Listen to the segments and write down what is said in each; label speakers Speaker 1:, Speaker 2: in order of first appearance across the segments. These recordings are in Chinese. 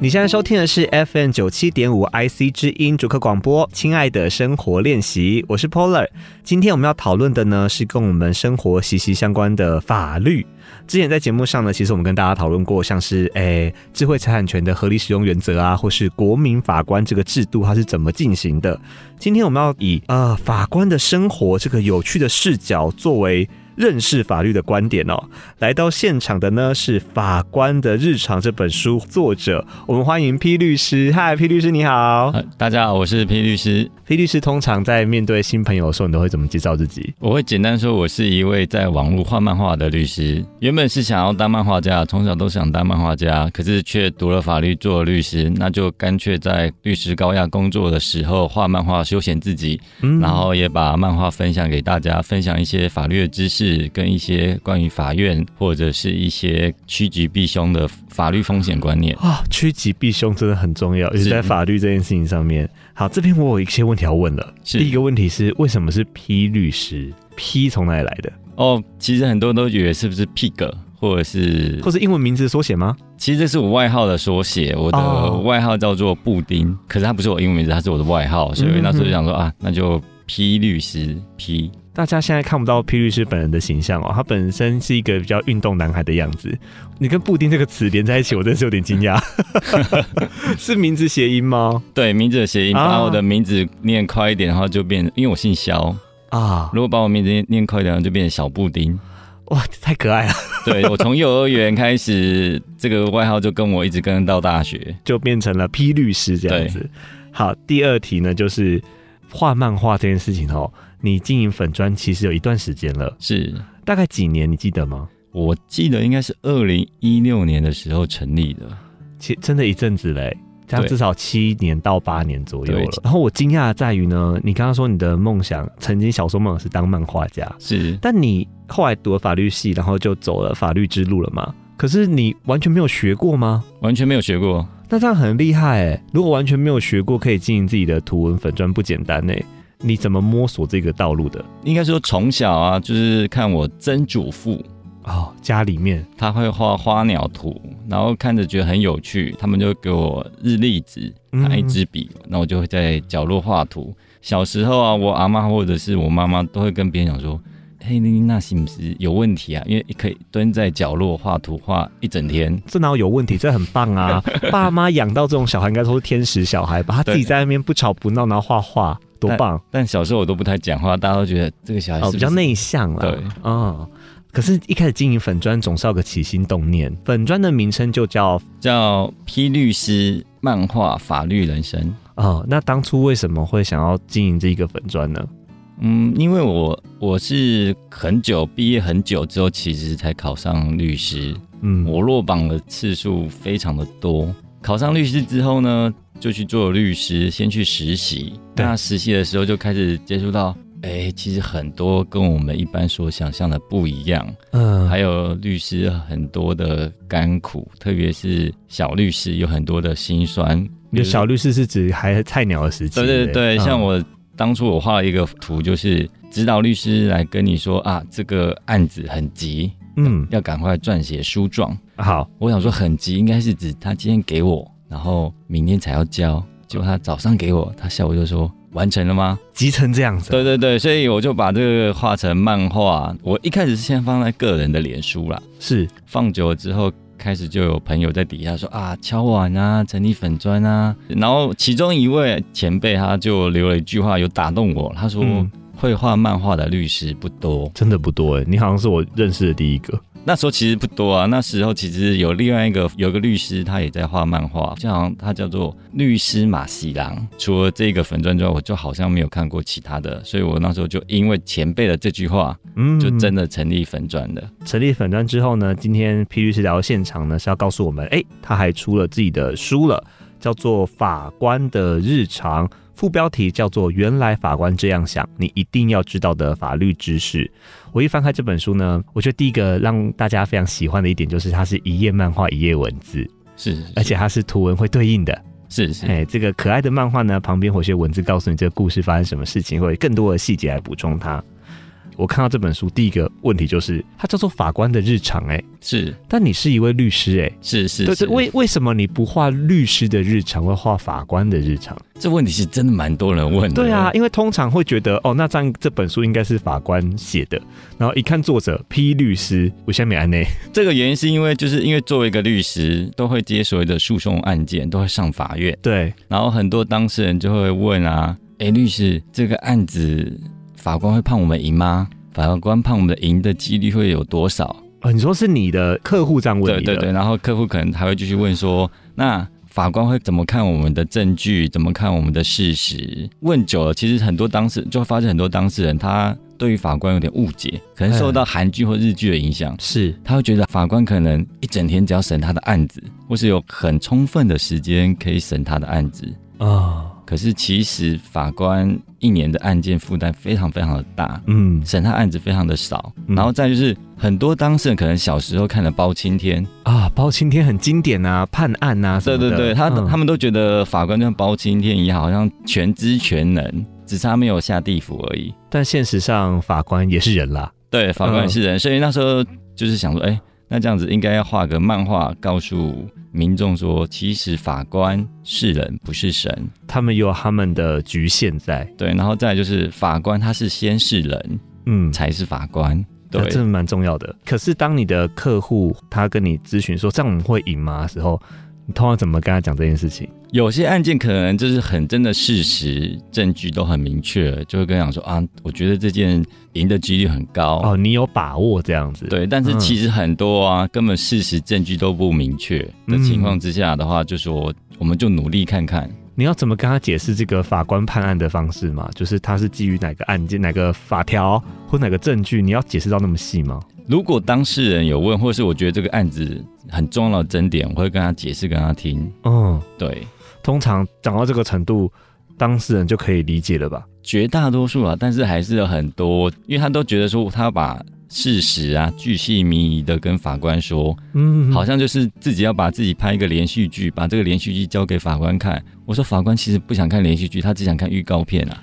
Speaker 1: 你现在收听的是 FM 九七点五 IC 之音主客广播，亲爱的生活练习，我是 Polar。今天我们要讨论的呢是跟我们生活息息相关的法律。之前在节目上呢，其实我们跟大家讨论过，像是诶、智慧财产权的合理使用原则啊，或是国民法官这个制度它是怎么进行的。今天我们要以呃法官的生活这个有趣的视角作为。认识法律的观点哦，来到现场的呢是《法官的日常》这本书作者，我们欢迎 P 律师。嗨，P 律师你好。
Speaker 2: 呃大家好，我是 P 律师。
Speaker 1: P 律师通常在面对新朋友的时候，你都会怎么介绍自己？
Speaker 2: 我会简单说，我是一位在网络画漫画的律师。原本是想要当漫画家，从小都想当漫画家，可是却读了法律，做了律师，那就干脆在律师高压工作的时候画漫画休闲自己，
Speaker 1: 嗯
Speaker 2: 然后也把漫画分享给大家，分享一些法律的知识，跟一些关于法院或者是一些趋吉避凶的法律风险观念。
Speaker 1: 啊，趋吉避凶真的很重要，尤其
Speaker 2: 是
Speaker 1: 在法律这件事情上面。好，这边我有一些问题要问了。
Speaker 2: 是
Speaker 1: 第一个问题是，为什么是 P 律师？P 从哪里来的？
Speaker 2: 哦，其实很多都以为是不是 Pig 或者是
Speaker 1: 或是英文名字的缩写吗？
Speaker 2: 其实这是我外号的缩写，我的
Speaker 1: 哦
Speaker 2: 外号叫做布丁，可是它不是我英文名字，它是我的外号，所以那时候就想说啊，那就 P 律师 P。
Speaker 1: 大家现在看不到 P 律师本人的形象哦，他本身是一个比较运动男孩的样子。你跟“布丁”这个词连在一起，我真是有点惊讶。 是名字谐音吗？
Speaker 2: 对名字的谐音，
Speaker 1: 啊
Speaker 2: 把我的名字念快一点的话，就变，因为我姓萧，
Speaker 1: 啊，
Speaker 2: 如果把我名字念念快一点，的话就变成小布丁。
Speaker 1: 哇，太可爱了，
Speaker 2: 对我从幼儿园开始，这个外号就跟我一直跟到大学。
Speaker 1: 就变成了 P 律师这样子。好，第二题呢，就是画漫画这件事情哦。你经营粉砖其实有一段时间了，
Speaker 2: 是
Speaker 1: 大概几年？你记得吗？
Speaker 2: 我记得应该是二零一六年的时候成立的。
Speaker 1: 其真的一阵子嘞，这样
Speaker 2: 对
Speaker 1: 至少七年到八年左右了
Speaker 2: 对。
Speaker 1: 然后我惊讶的在于呢，你刚刚说你的梦想，曾经小时候梦想是当漫画家，
Speaker 2: 是
Speaker 1: 但你后来读了法律系，然后就走了法律之路了嘛？可是你完全没有学过吗？
Speaker 2: 完全没有学过，
Speaker 1: 那这样很厉害哎、如果完全没有学过，可以经营自己的图文粉砖，不简单哎、你怎么摸索这个道路的？
Speaker 2: 应该说从小啊，就是看我曾祖父，
Speaker 1: 哦，家里面
Speaker 2: 他会画花鸟图，然后看着觉得很有趣，他们就给我日历纸
Speaker 1: 嗯
Speaker 2: 拿一支笔，那、我就会在角落画图。小时候啊，我阿妈或者是我妈妈都会跟别人讲说：“嘿，你那是不是有问题啊？因为可以蹲在角落画图画一整天。
Speaker 1: 这哪有有问题？这很棒 啊！爸妈养到这种小孩，应该说是天使小孩吧？他自己
Speaker 2: 对
Speaker 1: 在那边不吵不闹，然后画画，多棒！”
Speaker 2: 但小时候我都不太讲话，大家都觉得这个小孩是
Speaker 1: 哦，
Speaker 2: 不是
Speaker 1: 比较内向啦。
Speaker 2: 对，
Speaker 1: 嗯。可是，一开始经营粉砖总是要有个起心动念。粉砖的名称就叫
Speaker 2: 叫批律师漫画法律人生。
Speaker 1: 哦，那当初为什么会想要经营这一个粉砖呢？
Speaker 2: 嗯，因为我我是很久毕业很久之后，其实才考上律师。
Speaker 1: 嗯，
Speaker 2: 我落榜的次数非常的多。考上律师之后呢，就去做律师，先去实习。
Speaker 1: 对
Speaker 2: 那实习的时候就开始接触到，哎，其实很多跟我们一般所想象的不一样，
Speaker 1: 嗯，
Speaker 2: 还有律师很多的甘苦，特别是小律师有很多的辛酸。
Speaker 1: 你的小律师是指还菜鸟的时期，
Speaker 2: 对对
Speaker 1: 不
Speaker 2: 对，
Speaker 1: 嗯
Speaker 2: 像我当初我画了一个图，就是指导律师来跟你说啊，这个案子很急，
Speaker 1: 嗯，
Speaker 2: 要赶快撰写书状。
Speaker 1: 好，
Speaker 2: 我想说很急，应该是指他今天给我，然后明天才要交。结果他早上给我，他下午就说完成了吗？
Speaker 1: 急成这样子，
Speaker 2: 对对对，所以我就把这个画成漫画。我一开始是先放在个人的脸书啦，
Speaker 1: 是
Speaker 2: 放久了之后，开始就有朋友在底下说啊，敲碗啊，整理粉砖啊。然后其中一位前辈他就留了一句话，有打动我。他说，
Speaker 1: 嗯
Speaker 2: 会画漫画的律师不多。
Speaker 1: 真的不多哎，你好像是我认识的第一个，
Speaker 2: 那时候其实不多啊，那时候其实有另外一个有个律师，他也在画漫画，就好像他叫做律师马喜郎。除了这个粉砖之外，我就好像没有看过其他的，所以我那时候就因为前辈的这句话，
Speaker 1: 嗯，
Speaker 2: 就真的成立粉砖的。
Speaker 1: 成立粉砖之后呢，今天 P 律师聊到现场呢是要告诉我们，哎、他还出了自己的书了，叫做《法官的日常》，副标题叫做《原来法官这样想》，你一定要知道的法律知识。我一翻开这本书呢，我觉得第一个让大家非常喜欢的一点就是它是一页漫画一页文字，
Speaker 2: 是，是
Speaker 1: 而且它是图文会对应的。
Speaker 2: 是是
Speaker 1: 哎，这个可爱的漫画呢，旁边会有些文字告诉你这个故事发生什么事情，会有更多的细节来补充它。我看到这本书第一个问题就是，它叫做《法官的日常》哎，
Speaker 2: 是
Speaker 1: 但你是一位律师哎，
Speaker 2: 是是
Speaker 1: 对
Speaker 2: 是
Speaker 1: 对，，为为什么你不画律师的日常，会画法官的日常？
Speaker 2: 这问题是真的蛮多人问的。
Speaker 1: 对啊，，因为通常会觉得哦，那这样这本书应该是法官写的，然后一看作者 P 律师，我下面安内，
Speaker 2: 这个原因是因为就是因为作为一个律师，都会接所谓的诉讼案件，都会上法院，
Speaker 1: 对，
Speaker 2: 然后很多当事人就会问啊，诶，律师，这个案子法官会判我们赢吗？法官判我们赢的几率会有多少？
Speaker 1: 哦，你说是你的客户这样问
Speaker 2: 对
Speaker 1: 你的，
Speaker 2: 对对，然后客户可能还会继续问说，那法官会怎么看我们的证据？怎么看我们的事实？问久了，其实很多当事就会发现很多当事人他对于法官有点误解，可能受到韩剧或日剧的影响。
Speaker 1: 是
Speaker 2: 他会觉得法官可能一整天只要审他的案子，或是有很充分的时间可以审他的案子。
Speaker 1: 啊、
Speaker 2: 可是其实法官一年的案件负担非常非常的大，
Speaker 1: 嗯
Speaker 2: 审他案子非常的少。
Speaker 1: 嗯
Speaker 2: 然后再就是很多当事人可能小时候看了包青天，
Speaker 1: 啊，包青天很经典啊，判案啊什
Speaker 2: 对
Speaker 1: 么的，
Speaker 2: 对对，他、
Speaker 1: 嗯
Speaker 2: 他们都觉得法官就像包青天一样，好像全知全能，只差没有下地府而已。
Speaker 1: 但现实上法官也是人啦，
Speaker 2: 对，法官也是人，所以那时候就是想说，哎、那这样子应该要画个漫画，告诉民众说，其实法官是人，不是神。
Speaker 1: 他们有他们的局限在，
Speaker 2: 对，然后再来就是法官他是先是人，
Speaker 1: 嗯，
Speaker 2: 才是法官。对
Speaker 1: 那，真的蛮重要的。可是当你的客户他跟你咨询说这样我们会赢吗的时候，你通常怎么跟他讲这件事情？
Speaker 2: 有些案件可能就是很真的事实证据都很明确了，就会跟他讲说啊，我觉得这件赢的几率很高。
Speaker 1: 哦，你有把握这样子？，
Speaker 2: 对，但是
Speaker 1: 嗯
Speaker 2: 其实很多啊，根本事实证据都不明确的情况之下的话，就说我们就努力看看。
Speaker 1: 你要怎么跟他解释这个法官判案的方式嘛？就是他是基于哪个案件、哪个法条或哪个证据，你要解释到那么细吗？
Speaker 2: 如果当事人有问，或是我觉得这个案子很重要的争点，我会跟他解释，跟他听。
Speaker 1: 嗯，
Speaker 2: 对，
Speaker 1: 通常讲到这个程度，当事人就可以理解了吧？
Speaker 2: 绝大多数啊，但是还是有很多，因为他都觉得说他把事实啊巨细靡遗的跟法官说，
Speaker 1: 嗯，
Speaker 2: 好像就是自己要把自己拍一个连续剧，把这个连续剧交给法官看。我说法官其实不想看连续剧，他只想看预告片啊。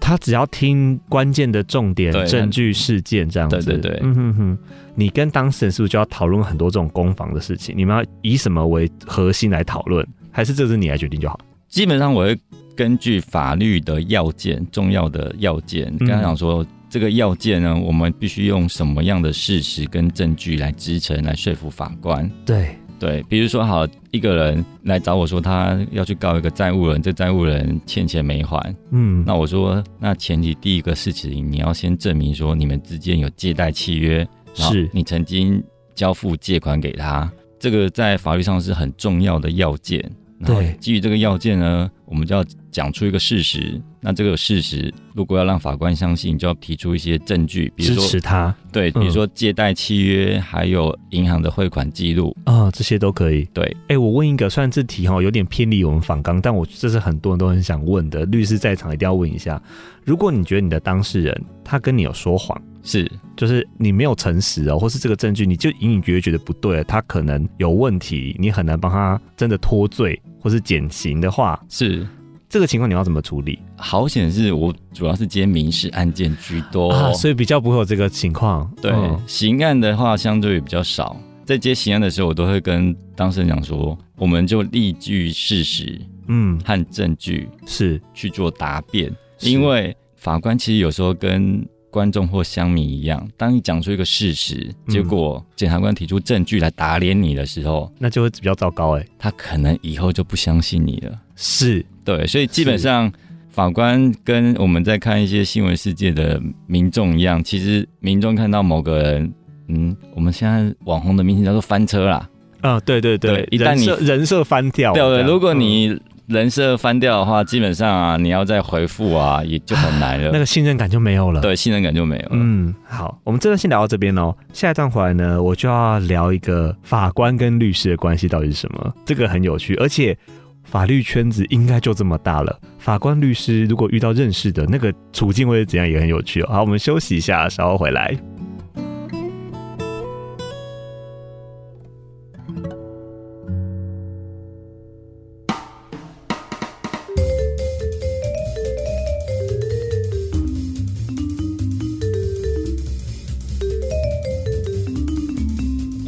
Speaker 1: 他只要听关键的重点
Speaker 2: 对
Speaker 1: 证据事件这样子。
Speaker 2: 对对对
Speaker 1: 嗯哼哼。你跟当事人是不是就要讨论很多这种攻防的事情？你们要以什么为核心来讨论？还是这是你来决定就好？
Speaker 2: 基本上我会根据法律的要件，重要的要件，跟他讲说。这个要件呢，我们必须用什么样的事实跟证据来支撑，来说服法官。
Speaker 1: 对，
Speaker 2: 对，比如说，好，一个人来找我说他要去告一个债务人，这债务人欠钱没还，
Speaker 1: 嗯，
Speaker 2: 那我说，那前提第一个事情，你要先证明说你们之间有借贷契约，然后
Speaker 1: 是
Speaker 2: 你曾经交付借款给他，这个在法律上是很重要的要件。然后
Speaker 1: 对
Speaker 2: 基于这个要件呢，我们就要讲出一个事实。那这个事实如果要让法官相信，就要提出一些证据，比
Speaker 1: 支
Speaker 2: 如说
Speaker 1: 持他
Speaker 2: 对，比如
Speaker 1: 嗯
Speaker 2: 说借贷契约，还有银行的汇款记录。
Speaker 1: 啊、这些都可以。
Speaker 2: 对，
Speaker 1: 哎、我问一个，虽然这题哈有点偏离我们访纲，但我这是很多人都很想问的，律师在场一定要问一下。如果你觉得你的当事人他跟你有说谎，
Speaker 2: 是
Speaker 1: 就是你没有诚实哦，或是这个证据你就隐隐约约觉得不对了，他可能有问题，你很难帮他真的脱罪或是减刑的话，
Speaker 2: 是，
Speaker 1: 这个情况你要怎么处理、
Speaker 2: 好险是我主要是接民事案件居多
Speaker 1: 啊？所以比较不会有这个情况。
Speaker 2: 对，
Speaker 1: 嗯
Speaker 2: 刑案的话相对比较少。在接刑案的时候，我都会跟当事人讲说，我们就依据事实
Speaker 1: 嗯，
Speaker 2: 和证据
Speaker 1: 是，
Speaker 2: 去做答辩，
Speaker 1: 是
Speaker 2: 因为法官其实有时候跟观众或乡民一样，当你讲出一个事实，
Speaker 1: 嗯
Speaker 2: 结果检察官提出证据来打脸你的时候，
Speaker 1: 那就会比较糟糕哎、
Speaker 2: 他可能以后就不相信你了。
Speaker 1: 是，
Speaker 2: 对，所以基本上法官跟我们在看一些新闻世界的民众一样，其实民众看到某个人，嗯，我们现在网红的明星叫做翻车啦，
Speaker 1: 啊、对对对
Speaker 2: 对，一旦
Speaker 1: 人
Speaker 2: 你
Speaker 1: 设人设翻掉了
Speaker 2: 对
Speaker 1: 这
Speaker 2: 对，
Speaker 1: 样，
Speaker 2: 如果
Speaker 1: 嗯
Speaker 2: 你人设翻掉的话，基本上啊，你要再回复啊，也就很难
Speaker 1: 那
Speaker 2: 了，
Speaker 1: 个信任感就没有了。
Speaker 2: 对，信任感就没有了。
Speaker 1: 嗯，好，我们这段先聊到这边哦。下一段回来呢，我就要聊一个法官跟律师的关系到底是什么，这个很有趣，而且法律圈子应该就这么大了。法官、律师如果遇到认识的那个处境会是怎样，也很有趣哦。好，我们休息一下，稍后回来。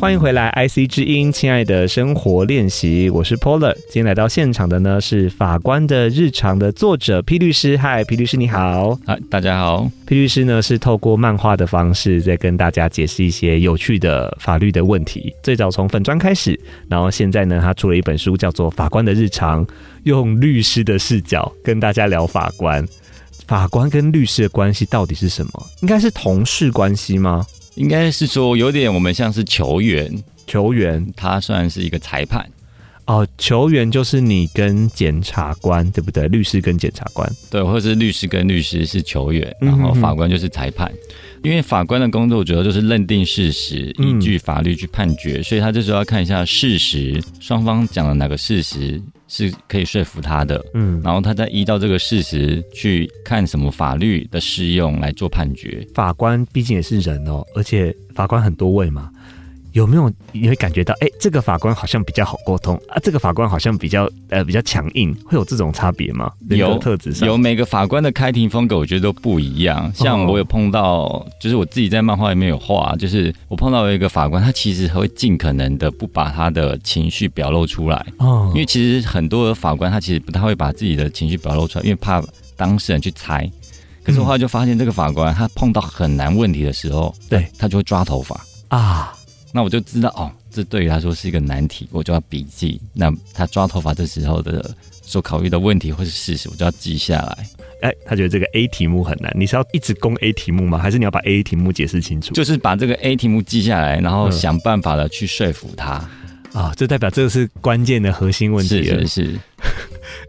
Speaker 1: 欢迎回来，IC 之音，亲爱的生活练习，我是 Polar。今天来到现场的呢是法官的日常的作者 P 律师，嗨，P 律师你好。
Speaker 2: 啊，大家好，
Speaker 1: P 律师呢是透过漫画的方式在跟大家解释一些有趣的法律的问题。最早从粉砖开始，然后现在呢，他出了一本书叫做《法官的日常》，用律师的视角跟大家聊法官。法官跟律师的关系到底是什么？应该是同事关系吗？
Speaker 2: 应该是说有点我们像是球员，
Speaker 1: 球员
Speaker 2: 他算是一个裁判，
Speaker 1: 哦，球员就是你跟检察官，对不对？律师跟检察官，
Speaker 2: 对，或者是律师跟律师是球员，
Speaker 1: 嗯
Speaker 2: 然
Speaker 1: 哼
Speaker 2: 后法官就是裁判。因为法官的工作主要就是认定事实，
Speaker 1: 嗯
Speaker 2: 依据法律去判决，所以他这时候要看一下事实，双方讲的哪个事实是可以说服他的，
Speaker 1: 嗯，
Speaker 2: 然后他再依照这个事实去看什么法律的适用来做判决。
Speaker 1: 法官毕竟也是人哦，而且法官很多位嘛，有没有你会感觉到，哎、这个法官好像比较好沟通啊，这个法官好像比较呃比较强硬，会有这种差别吗？人格
Speaker 2: 有
Speaker 1: 特质上
Speaker 2: 有每个法官的开庭风格，我觉得都不一样。像
Speaker 1: 哦
Speaker 2: 我有碰到，就是我自己在漫画里面有画，就是我碰到有一个法官，他其实会尽可能的不把他的情绪表露出来，
Speaker 1: 哦
Speaker 2: 因为其实很多的法官他其实不太会把自己的情绪表露出来，因为怕当事人去猜。可是我后来就发现，这个法官他碰到很难问题的时候，
Speaker 1: 对
Speaker 2: 他就会抓头发。
Speaker 1: 啊，
Speaker 2: 那我就知道哦，这对于他说是一个难题，我就要笔记。那他抓头发这时候的所考虑的问题或是事实，我就要记下来。
Speaker 1: 哎、他觉得这个 A 题目很难，你是要一直攻 A 题目吗？还是你要把 A 题目解释清楚？
Speaker 2: 就是把这个 A 题目记下来，然后
Speaker 1: 嗯
Speaker 2: 想办法的去说服他。
Speaker 1: 啊，这代表这个是关键的核心问题
Speaker 2: 是
Speaker 1: 了。
Speaker 2: 是是，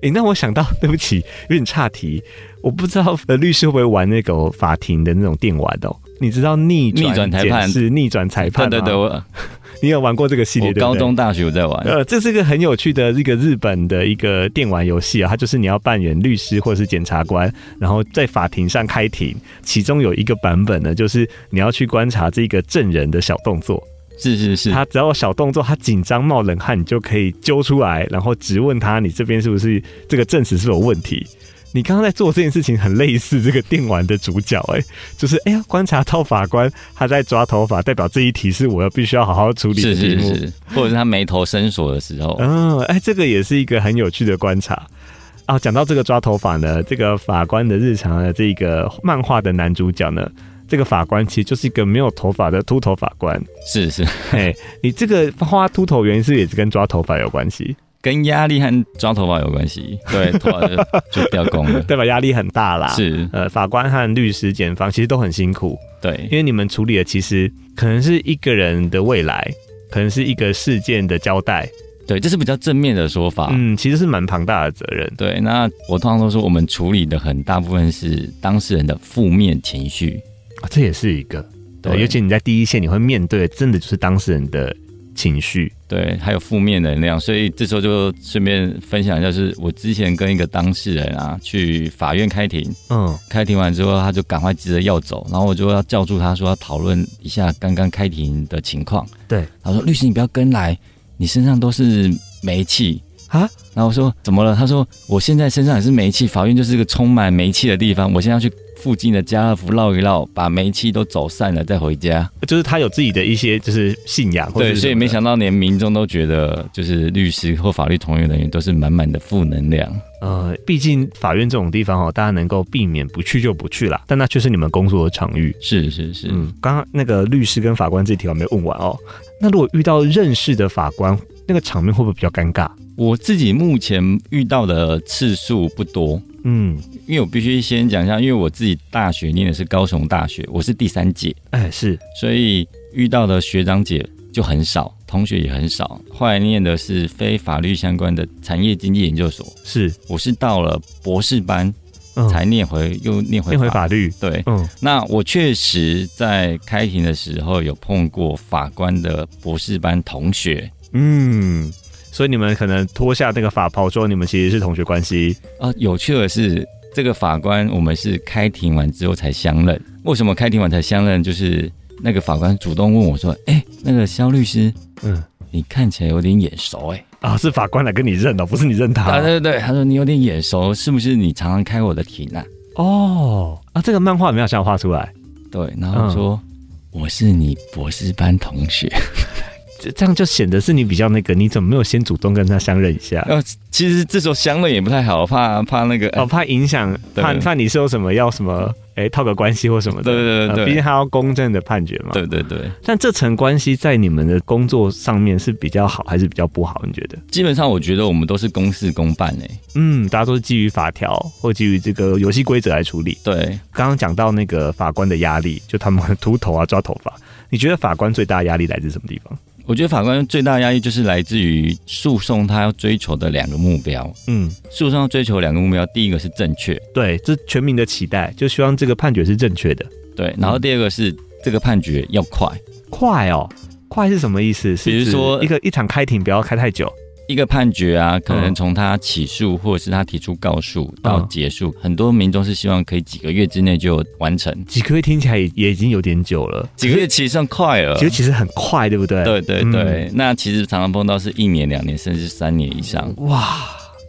Speaker 1: 诶，那我想到， 对不起，有点岔题，我不知道呃律师会不会玩那个法庭的那种电玩哦。你知道逆
Speaker 2: 逆转裁
Speaker 1: 检
Speaker 2: 判
Speaker 1: 是逆转裁判
Speaker 2: 对
Speaker 1: 吗？
Speaker 2: 对对，我
Speaker 1: 你有玩过这个系列？
Speaker 2: 我
Speaker 1: 对不
Speaker 2: 高
Speaker 1: 对
Speaker 2: 中大学我在玩，
Speaker 1: 呃，这是一个很有趣的一个日本的一个电玩游戏啊，它就是你要扮演律师或者是检察官，然后在法庭上开庭。其中有一个版本呢，就是你要去观察这个证人的小动作，
Speaker 2: 是是是，
Speaker 1: 他只要有小动作，他紧张冒冷汗，你就可以揪出来，然后质问他，你这边是不是这个证词是不是有问题？你刚刚在做这件事情很类似这个电玩的主角、哎，就是哎呀，观察到法官他在抓头发，代表这一题是我要必须要好好处理的
Speaker 2: 是
Speaker 1: 题
Speaker 2: 是
Speaker 1: 目。
Speaker 2: 是，或者是他眉头深锁的时候，
Speaker 1: 嗯，哎，这个也是一个很有趣的观察。啊，讲到这个抓头发呢，这个法官的日常的啊这个漫画的男主角呢，这个法官其实就是一个没有头发的秃头法官。
Speaker 2: 是是，
Speaker 1: 嘿，你这个画秃头原因是不是也是跟抓头发有关系，
Speaker 2: 跟压力和抓头发有关系，啊对，头发就就掉光 了，
Speaker 1: 对吧？压力很大啦。。
Speaker 2: 是，
Speaker 1: 呃，法官和律师、检方其实都很辛苦，
Speaker 2: 对
Speaker 1: 因，为你们处理的其实可能是一个人的未来，可能是一个事件的交代，
Speaker 2: 对，这是比较正面的说法。
Speaker 1: 嗯，其实是蛮庞大的责任。
Speaker 2: 对，那我通常都说，我们处理的很大部分是当事人的负面情绪。
Speaker 1: 啊，这也是一个对，
Speaker 2: 对
Speaker 1: 尤其你在第一线，你会面对真的就是当事人的情绪。
Speaker 2: 对，还有负面能量，所以这时候就顺便分享一下，就是我之前跟一个当事人啊去法院开庭，
Speaker 1: 嗯，
Speaker 2: 开庭完之后他就赶快急着要走，然后我就要叫住他说要讨论一下刚刚开庭的情况。
Speaker 1: 对，
Speaker 2: 他说律师你不要跟来，你身上都是煤气
Speaker 1: 啊。
Speaker 2: 然后我说怎么了？他说我现在身上也是煤气，法院就是个充满煤气的地方，我现在要去附近的家乐福绕一绕，把煤气都走散了再回家。
Speaker 1: 就是他有自己的一些就是信仰，或者
Speaker 2: 对，
Speaker 1: 是
Speaker 2: 所以
Speaker 1: 什么
Speaker 2: 没
Speaker 1: 的
Speaker 2: 想到连民众都觉得，就是律师或法律从业人员都是满满的负能量。
Speaker 1: 呃，毕竟法院这种地方哦，大家能够避免不去就不去啦，但那却是你们工作的场域。
Speaker 2: 是是是，
Speaker 1: 嗯，刚刚那个律师跟法官这题我还没问完哦。那如果遇到认识的法官，那个场面会不会比较尴尬？
Speaker 2: 我自己目前遇到的次数不多，
Speaker 1: 嗯，
Speaker 2: 因为我必须先讲一下，因为我自己大学念的是高雄大学，我是第三届，
Speaker 1: 哎，是
Speaker 2: 所以遇到的学长姐就很少，同学也很少。后来念的是非法律相关的产业经济研究所，
Speaker 1: 是，
Speaker 2: 我是到了博士班
Speaker 1: 嗯，
Speaker 2: 才念回，又念回
Speaker 1: 变回哦
Speaker 2: 法。
Speaker 1: 法律，
Speaker 2: 对，
Speaker 1: 嗯，
Speaker 2: 那我确实在开庭的时候有碰过法官的博士班同学，
Speaker 1: 嗯，所以你们可能脱下那个法袍之后，你们其实是同学关系。
Speaker 2: 啊，有趣的是，这个法官我们是开庭完之后才相认。为什么开庭完才相认？就是那个法官主动问我说：“哎、那个肖律师，
Speaker 1: 嗯，
Speaker 2: 你看起来有点眼熟、哎、
Speaker 1: 啊，是法官来跟你认哦的，不是你认他。
Speaker 2: 啊，对对对，他说你有点眼熟，是不是你常常开我的庭啊？
Speaker 1: 哦，啊，这个漫画没有想画出来，嗯
Speaker 2: 对，然后我说、我是你博士班同学，
Speaker 1: 这这样就显得是你比较那个，你怎么没有先主动跟他相认一下？
Speaker 2: 呃，其实这时候相认也不太好，怕怕那个。哎
Speaker 1: 哦，怕影响，
Speaker 2: 呃对
Speaker 1: 怕怕你是有什么要什么，哎、套个关系或什么的。
Speaker 2: 对对对
Speaker 1: 呃
Speaker 2: 对
Speaker 1: 毕竟他要公正的判决嘛。
Speaker 2: 对对对，
Speaker 1: 但这层关系在你们的工作上面是比较好还是比较不好？你觉得？
Speaker 2: 基本上我觉得我们都是公事公办欸诶、
Speaker 1: 嗯，大家都是基于法条或基于这个游戏规则来处理。
Speaker 2: 对，
Speaker 1: 刚刚讲到那个法官的压力，就他们秃头啊、抓头发，你觉得法官最大的压力来自什么地方？
Speaker 2: 我觉得法官最大的压力就是来自于诉讼他要追求的两个目标。
Speaker 1: 嗯，
Speaker 2: 诉讼要追求两个目标，第一个是正确，
Speaker 1: 对，这全民的期待，就希望这个判决是正确的。
Speaker 2: 对，然后第二个是这个判决要快。
Speaker 1: 快哦，快是什么意思？是
Speaker 2: 比如
Speaker 1: 指
Speaker 2: 说
Speaker 1: 一个一场开庭不要开太久。
Speaker 2: 一个判决啊，可
Speaker 1: 嗯
Speaker 2: 能从他起诉或者是他提出告诉到结束，很多民众是希望可以几个月之内就完成，
Speaker 1: 几个月听起来也也已经有点久了，
Speaker 2: 几个月其实算快了
Speaker 1: 其。实其实很快，对不对？
Speaker 2: 对对
Speaker 1: 嗯
Speaker 2: 对，那其实常常碰到是一年、两年，甚至三年以上。
Speaker 1: 嗯哇，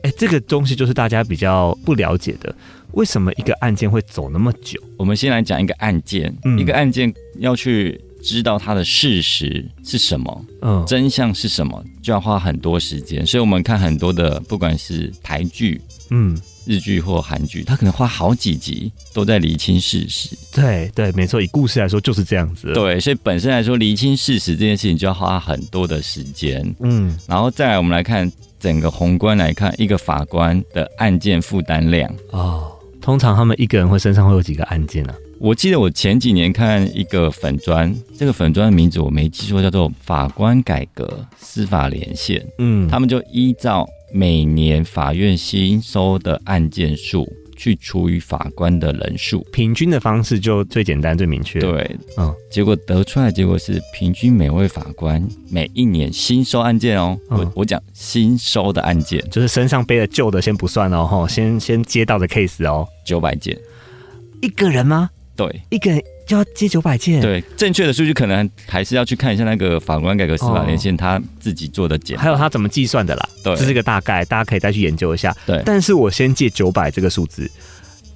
Speaker 1: 哎、这个东西就是大家比较不了解的，为什么一个案件会走那么久？
Speaker 2: 我们先来讲一个案件，
Speaker 1: 嗯
Speaker 2: 一个案件要去知道它的事实是什么，
Speaker 1: 嗯，
Speaker 2: 真相是什么，就要花很多时间。所以我们看很多的，不管是台剧、
Speaker 1: 嗯，
Speaker 2: 日剧或韩剧，它可能花好几集都在厘清事实。
Speaker 1: 对对，没错，以故事来说就是这样子。，
Speaker 2: 对，所以本身来说，厘清事实这件事情就要花很多的时间。
Speaker 1: 嗯
Speaker 2: 然后再来，我们来看整个宏观来看，一个法官的案件负担量。
Speaker 1: 哦，通常他们一个人会身上会有几个案件啊？
Speaker 2: 我记得我前几年看一个粉砖，这个粉砖的名字我没记错，叫做“法官改革司法连线”。
Speaker 1: 嗯，
Speaker 2: 他们就依照每年法院新收的案件数去除以法官的人数，
Speaker 1: 平均的方式就最简单最明确。，
Speaker 2: 对，
Speaker 1: 嗯
Speaker 2: 结果得出来的结果是，平均每位法官每一年新收案件哦，
Speaker 1: 嗯
Speaker 2: 我我讲新收的案件
Speaker 1: 就是身上背的旧的先不算哦，吼，先先接到的 case 哦。
Speaker 2: 九百件，
Speaker 1: 一个人吗？
Speaker 2: 对
Speaker 1: 一个人就要接九百件？，
Speaker 2: 对，正确的数据可能还是要去看一下那个法官改革司法连线他自己做的检，
Speaker 1: 哦还有他怎么计算的啦？
Speaker 2: 对
Speaker 1: 这是一个大概，大家可以再去研究一下。
Speaker 2: 对
Speaker 1: 但是我先借九百这个数字，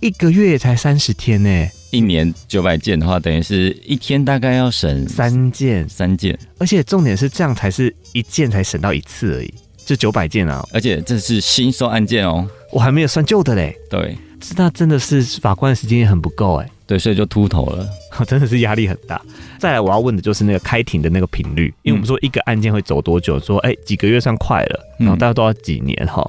Speaker 1: 一个月才三十天呢、
Speaker 2: 一年九百件的话，等于是一天大概要审
Speaker 1: 三件，
Speaker 2: 三件，
Speaker 1: 而且重点是这样才是一件才审到一次而已，就九百件啊，
Speaker 2: 而且这是新收案件哦，
Speaker 1: 我还没有算旧的嘞。
Speaker 2: 对
Speaker 1: 这那真的是法官的时间也很不够哎、
Speaker 2: 对，所以就秃头了，
Speaker 1: 真的是压力很大。再来，我要问的就是那个开庭的那个频率，因为我们说一个案件会走多久，说哎、几个月算快了，
Speaker 2: 嗯
Speaker 1: 然后大家都要几年哈。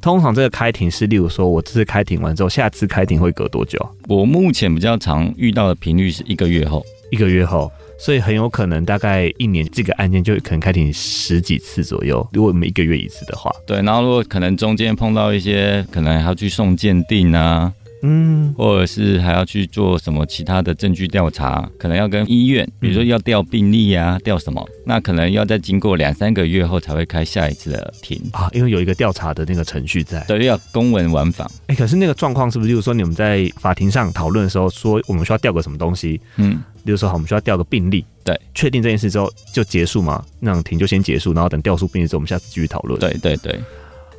Speaker 1: 通常这个开庭是，例如说我这次开庭完之后，下次开庭会隔多久？
Speaker 2: 我目前比较常遇到的频率是一个月后，
Speaker 1: 一个月后，所以很有可能大概一年这个案件就可能开庭十几次左右。如果我们一个月一次的话，
Speaker 2: 对，然后如果可能中间碰到一些可能还要去送鉴定啊，
Speaker 1: 嗯，
Speaker 2: 或者是还要去做什么其他的证据调查，可能要跟医院，比如说要调病历啊，调什么，那可能要再经过两三个月后才会开下一次的庭。
Speaker 1: 啊，因为有一个调查的那个程序在。
Speaker 2: 对，要公文往返，
Speaker 1: 哎、可是那个状况是不是，就是说你们在法庭上讨论的时候，说我们需要调个什么东西，
Speaker 2: 嗯，
Speaker 1: 例如说好，我们需要调个病例，
Speaker 2: 对，
Speaker 1: 确定这件事之后就结束嘛？那场庭就先结束，然后等调出病例之后，我们下次继续讨论。
Speaker 2: 对对对，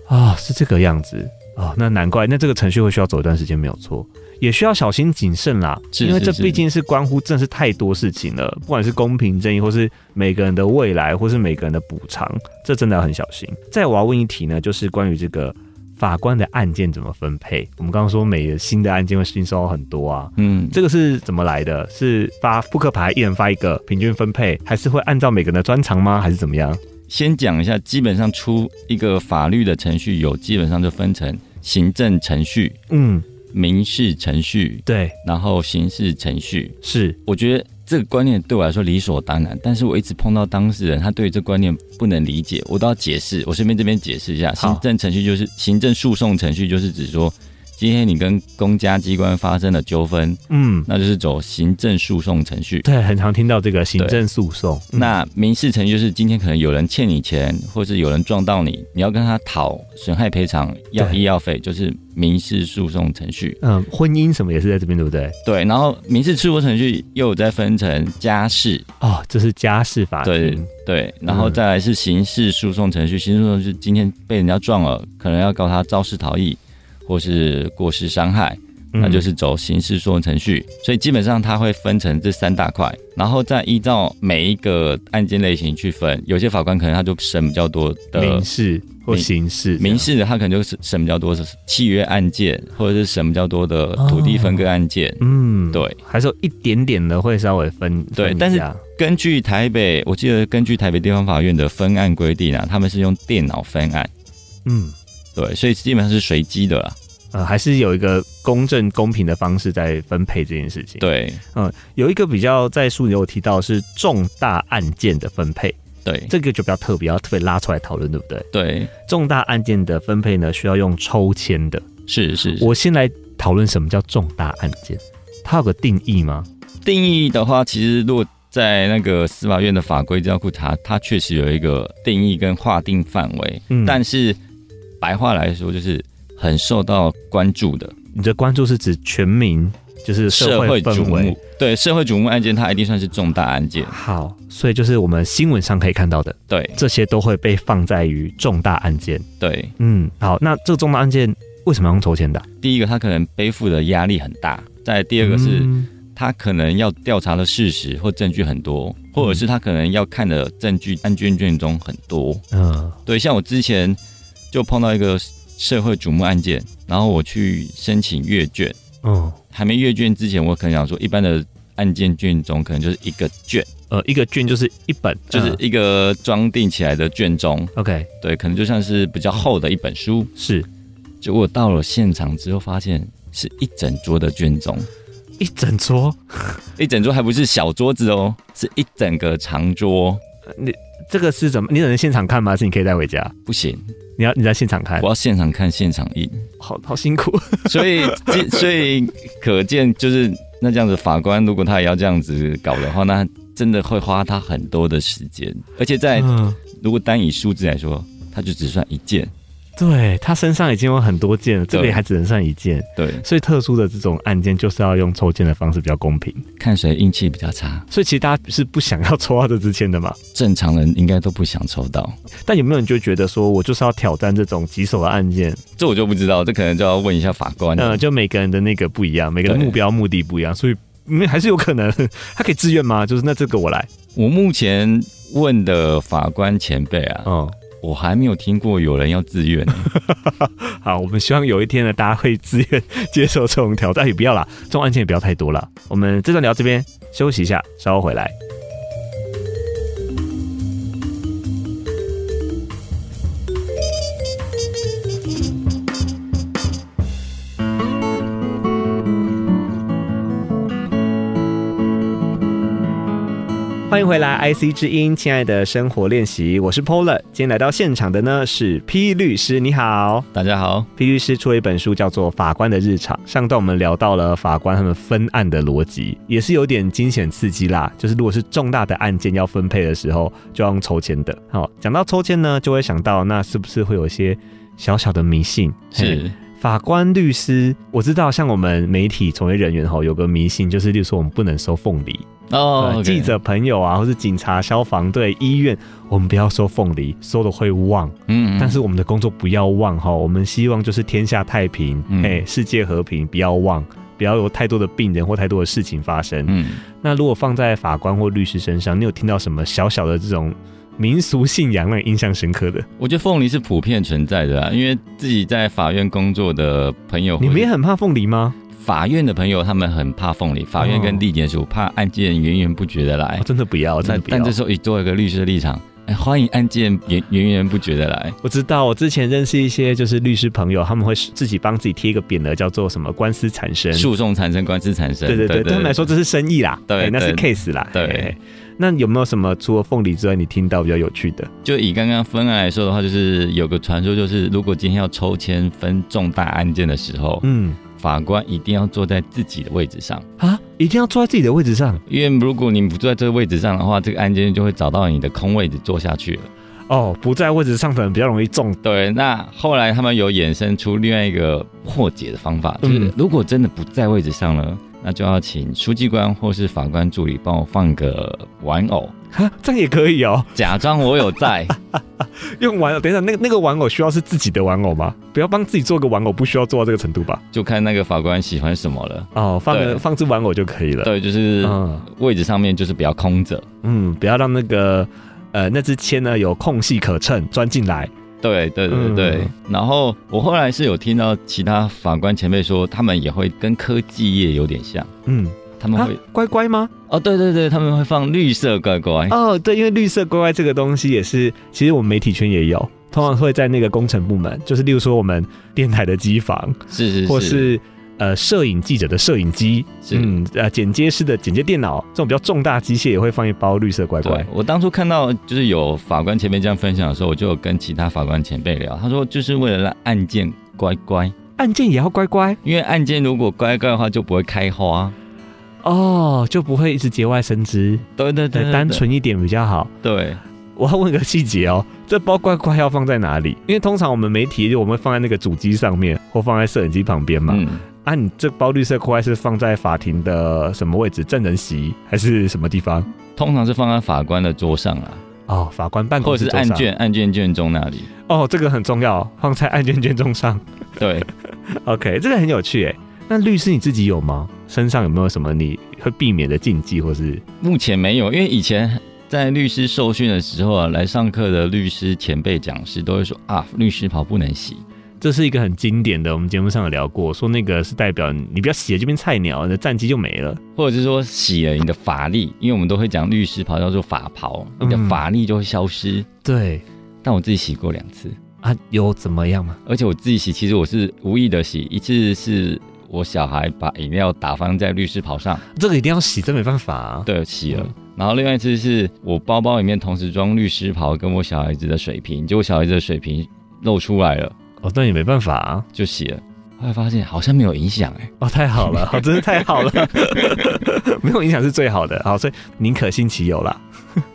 Speaker 1: 啊、是这个样子啊、那难怪，那这个程序会需要走一段时间，没有错，也需要小心谨慎啦，
Speaker 2: 是
Speaker 1: 因为这
Speaker 2: 是是
Speaker 1: 毕竟是关乎真的是太多事情了，不管是公平正义，或是每个人的未来，或是每个人的补偿，这真的要很小心。再我要问一题呢，就是关于这个。法官的案件怎么分配？我们刚刚说每个新的案件会新收很多啊，
Speaker 2: 嗯，
Speaker 1: 这个是怎么来的？是发扑克牌，一人发一个，平均分配，还是会按照每个人的专长吗？还是怎么样？
Speaker 2: 先讲一下，基本上出一个法律的程序有，基本上就分成行政程序、
Speaker 1: 嗯，
Speaker 2: 民事程序，
Speaker 1: 对，
Speaker 2: 然后刑事程序。
Speaker 1: 是
Speaker 2: 我觉得这个观念对我来说理所当然，但是我一直碰到当事人，他对于这观念不能理解，我都要解释。我顺便这边解释一下，
Speaker 1: 好
Speaker 2: 行政程序就是行政诉讼程序，就是指说，今天你跟公家机关发生了纠纷，
Speaker 1: 嗯，
Speaker 2: 那就是走行政诉讼程序。
Speaker 1: 对，很常听到这个行政诉讼。嗯
Speaker 2: 那民事程序就是今天可能有人欠你钱，或是有人撞到你，你要跟他讨损害赔偿、要
Speaker 1: 对
Speaker 2: 医药费，就是民事诉讼程序。
Speaker 1: 嗯，婚姻什么也是在这边，对不对？
Speaker 2: 对，然后民事诉讼程序又有再分成家事、
Speaker 1: 哦，这是家事法
Speaker 2: 对
Speaker 1: 庭。
Speaker 2: 对，然后
Speaker 1: 嗯
Speaker 2: 再来是刑事诉讼程序，刑事诉讼是今天被人家撞了，可能要告他肇事逃逸或是过失伤害。
Speaker 1: 嗯
Speaker 2: 那就是走刑事诉讼程序。所以基本上它会分成这三大块，然后再依照每一个案件类型去分。有些法官可能他就审比较多的
Speaker 1: 民事或
Speaker 2: 民
Speaker 1: 刑事这样，
Speaker 2: 呃民事的，他可能就是审比较多的契约案件，或者是审比较多的土地分割案件。
Speaker 1: 嗯，
Speaker 2: 对，
Speaker 1: 还是有一点点的会稍微分，
Speaker 2: 对
Speaker 1: 分一
Speaker 2: 但是
Speaker 1: 下
Speaker 2: 根据台北，我记得根据台北地方法院的分案规定啊，他们是用电脑分案，
Speaker 1: 嗯
Speaker 2: 对，所以基本上是随机的啦。
Speaker 1: 呃，还是有一个公正公平的方式在分配这件事情。，
Speaker 2: 对
Speaker 1: 有一个比较在书里有提到是重大案件的分配，
Speaker 2: 对
Speaker 1: 这个就比较特别，要特别拉出来讨论，对不对？
Speaker 2: 对，
Speaker 1: 重大案件的分配呢，需要用抽签的。
Speaker 2: 是是是。
Speaker 1: 我先来讨论什么叫重大案件，它有个定义吗？
Speaker 2: 定义的话，其实如果在那个司法院的法规资料库查，它确实有一个定义跟划定范围，
Speaker 1: 嗯
Speaker 2: 但是白话来说就是很受到关注的
Speaker 1: 你的关注是指全民，就是社会
Speaker 2: 瞩
Speaker 1: 氛围啊
Speaker 2: 目。。对，社会瞩目案件，它一定算是重大案件。
Speaker 1: 好，所以就是我们新闻上可以看到的，
Speaker 2: 对
Speaker 1: 这些都会被放在于重大案件。
Speaker 2: 对，
Speaker 1: 嗯，好，那这个重大案件为什么要用筹钱的啊、
Speaker 2: 第一个他可能背负的压力很大，再来第二个是。
Speaker 1: 嗯
Speaker 2: 他可能要调查的事实或证据很多，或者是他可能要看的证据案卷卷宗很多。
Speaker 1: 嗯
Speaker 2: 对，像我之前就碰到一个社会瞩目案件，然后我去申请阅卷，
Speaker 1: 嗯，
Speaker 2: 还没阅卷之前，我可能想说一般的。案件卷宗可能就是一个卷，
Speaker 1: 呃，一个卷就是一本，
Speaker 2: 就是一个装订起来的卷宗，
Speaker 1: 嗯 OK，
Speaker 2: 对，可能就像是比较厚的一本书。
Speaker 1: 是
Speaker 2: 结果到了现场之后，发现是一整桌的卷宗，
Speaker 1: 一整桌，
Speaker 2: 一整桌还不是小桌子哦，是一整个长桌，
Speaker 1: 这个是怎么？你只能现场看吗？还是你可以带回家？
Speaker 2: 不行，
Speaker 1: 你要你在现场看
Speaker 2: 我，要现场看现场印，
Speaker 1: 好好辛 苦。
Speaker 2: 所以这所以可见就是那这样子，法官如果他也要这样子搞的话，那真的会花他很多的时间，而且在
Speaker 1: 嗯，
Speaker 2: 如果单以数字来说，它就只算一件，
Speaker 1: 对他身上已经有很多件了，这里
Speaker 2: 对
Speaker 1: 还只能算一件，
Speaker 2: 对，
Speaker 1: 所以特殊的这种案件就是要用抽签的方式比较公平。
Speaker 2: 看谁运气比较差，
Speaker 1: 所以其实大家是不想要抽到这支签的嘛。
Speaker 2: 正常人应该都不想抽到，
Speaker 1: 但有没有人就觉得说我就是要挑战这种棘手的案件？
Speaker 2: 这我就不知道，这可能就要问一下法官了。
Speaker 1: 呃，就每个人的那个不一样，每个人
Speaker 2: 对
Speaker 1: 目标目的不一样，所以嗯还是有可能 他可以自愿吗？就是那这个我来，
Speaker 2: 我目前问的法官前辈啊，
Speaker 1: 嗯，
Speaker 2: 我还没有听过有人要自愿。
Speaker 1: 好，我们希望有一天呢，大家会自愿接受这种挑战，也不要啦， 这种案件也不要太多啦。我们这段聊这边休息一下，稍后回来。欢迎回来，IC 之音，亲爱的生活练习，我是 Pola。今天来到现场的呢是 P 律师，你好。
Speaker 2: 大家好，
Speaker 1: 皮律师出了一本书，叫做《法官的日常》。上段我们聊到了法官他们分案的逻辑，也是有点惊险刺激啦。就是如果是重大的案件要分配的时候，就要用抽签的。好、讲到抽签呢，就会想到那是不是会有一些小小的迷信？嘿
Speaker 2: 是
Speaker 1: 法官、律师，我知道像我们媒体从业人员吼，有个迷信，就是例如说我们不能收凤梨，
Speaker 2: 哦
Speaker 1: 呃
Speaker 2: OK
Speaker 1: 记者朋友啊，或是警察、消防队、医院，我们不要收凤梨，收了会忘。
Speaker 2: 嗯，嗯
Speaker 1: 但是我们的工作不要忘哈，我们希望就是天下太平，哎、
Speaker 2: 嗯
Speaker 1: 世界和平，不要忘，不要有太多的病人或太多的事情发生。
Speaker 2: 嗯，
Speaker 1: 那如果放在法官或律师身上，你有听到什么小小的这种民俗信仰让你印象深刻的？
Speaker 2: 我觉得凤梨是普遍存在的啊，因为自己在法院工作的朋友，
Speaker 1: 你们也
Speaker 2: 或
Speaker 1: 很怕凤梨吗？
Speaker 2: 者法院的朋友，他们很怕凤梨，法院跟地检署怕案件源源不绝的来
Speaker 1: 哦、。真的不要，真
Speaker 2: 哎那
Speaker 1: 的不要
Speaker 2: 但这。时候以作为一个律师的立场，哎，欢迎案件源源源不绝的来。
Speaker 1: 我知道，我之前认识一些就是律师朋友，他们会自己帮自己贴一个匾额，叫做什么“官司缠身”。
Speaker 2: 诉讼产生，官司产生，
Speaker 1: 对对对，对他们来说这是生意啦，
Speaker 2: 对
Speaker 1: 哎那是
Speaker 2: 对
Speaker 1: case 啦。
Speaker 2: 对
Speaker 1: 哎那有没有什么除了凤梨之外，你听到比较有趣的？
Speaker 2: 就以刚刚分案来说的话，就是有个传说，就是如果今天要抽签分重大案件的时候，
Speaker 1: 嗯，
Speaker 2: 法官一定要坐在自己的位置上，
Speaker 1: 啊，一定要坐在自己的位置上
Speaker 2: 因为如果你不坐在这个位置上的话，这个案件就会找到你的空位置坐下去了。
Speaker 1: 哦，不在位置上可能比较容易中。
Speaker 2: 对，那后来他们有衍生出另外一个破解的方法，就是
Speaker 1: 嗯
Speaker 2: 如果真的不在位置上呢，那就要请书记官或是法官助理帮我放个玩偶，
Speaker 1: 哈，这样也可以哦。
Speaker 2: 假装我有在。
Speaker 1: 用玩偶，等一下，那个那个玩偶需要是自己的玩偶吗？不要帮自己做个玩偶，不需要做到这个程度吧？
Speaker 2: 就看那个法官喜欢什么了。
Speaker 1: 哦，放个
Speaker 2: 对
Speaker 1: 放置玩偶就可以了。
Speaker 2: 对，就是
Speaker 1: 嗯
Speaker 2: 位置上面就是不要空着。
Speaker 1: 嗯，不要让那个呃那支签呢有空隙可乘，钻进来。
Speaker 2: 对对对对。
Speaker 1: 嗯
Speaker 2: 然后我后来是有听到其他法官前辈说，他们也会跟科技业有点像，
Speaker 1: 嗯，
Speaker 2: 他们
Speaker 1: 啊
Speaker 2: 会、
Speaker 1: 乖乖吗？
Speaker 2: 哦，对对对，他们会放绿色乖乖。
Speaker 1: 哦，对，因为绿色乖乖这个东西也是，其实我们媒体圈也有，通常会在那个工程部门，就是例如说我们电台的机房，
Speaker 2: 是是是，
Speaker 1: 或是呃摄影记者的摄影机，
Speaker 2: 是
Speaker 1: 嗯呃剪接师的剪接电脑，这种比较重大机械也会放一包绿色乖乖
Speaker 2: 对。我当初看到就是有法官前辈这样分享的时候，我就有跟其他法官前辈聊，他说就是为了让案件乖乖，
Speaker 1: 按键也要乖乖
Speaker 2: 因为案件如果乖乖的话就不会开花。
Speaker 1: 哦，就不会一直节外生枝，
Speaker 2: 对对对
Speaker 1: 对，单纯一点比较好。
Speaker 2: 对
Speaker 1: 我要问个细节哦，这包乖乖要放在哪里？因为通常我们媒体我们会放在那个主机上面，或放在摄影机旁边嘛。
Speaker 2: 嗯，
Speaker 1: 啊，你这包绿色乖乖是放在法庭的什么位置？证人席还是什么地方？
Speaker 2: 通常是放在法官的桌上啦，
Speaker 1: 哦，法官办公
Speaker 2: 或者
Speaker 1: 室
Speaker 2: 是
Speaker 1: 桌
Speaker 2: 案
Speaker 1: 上。
Speaker 2: 卷案卷卷宗那里。
Speaker 1: 哦，这个很重要，放在案卷卷宗上。
Speaker 2: 对，
Speaker 1: OK，这个很有趣诶。那律师你自己有吗？身上有没有什么你会避免的禁忌，或是
Speaker 2: 目前没有，因为以前在律师受训的时候啊，来上课的律师前辈讲师都会说啊，律师袍不能洗。
Speaker 1: 这是一个很经典的，我们节目上有聊过，说那个是代表你你不要写这边菜鸟，你的战绩就没了。
Speaker 2: 或者是说洗了你的法力，因为我们都会讲律师袍叫做法袍，你的
Speaker 1: 嗯
Speaker 2: 法力就会消失。
Speaker 1: 对
Speaker 2: 但我自己洗过两次，
Speaker 1: 啊，有怎么样吗？
Speaker 2: 而且我自己洗，其实我是无意的洗，一次是我小孩把饮料打翻在律师袍上，
Speaker 1: 这个一定要洗，这没办法、啊。
Speaker 2: 对，洗了。
Speaker 1: 嗯
Speaker 2: 然后另外一次是我包包里面同时装律师袍跟我小孩子的水瓶，结果小孩子的水瓶露出来了，
Speaker 1: 哦，那也没办法、啊。
Speaker 2: 就洗了。后来发现好像没有影响哎、
Speaker 1: 哦，太好 了，哦，真是太好了，没有影响是最好的。好，所以宁可信其有啦，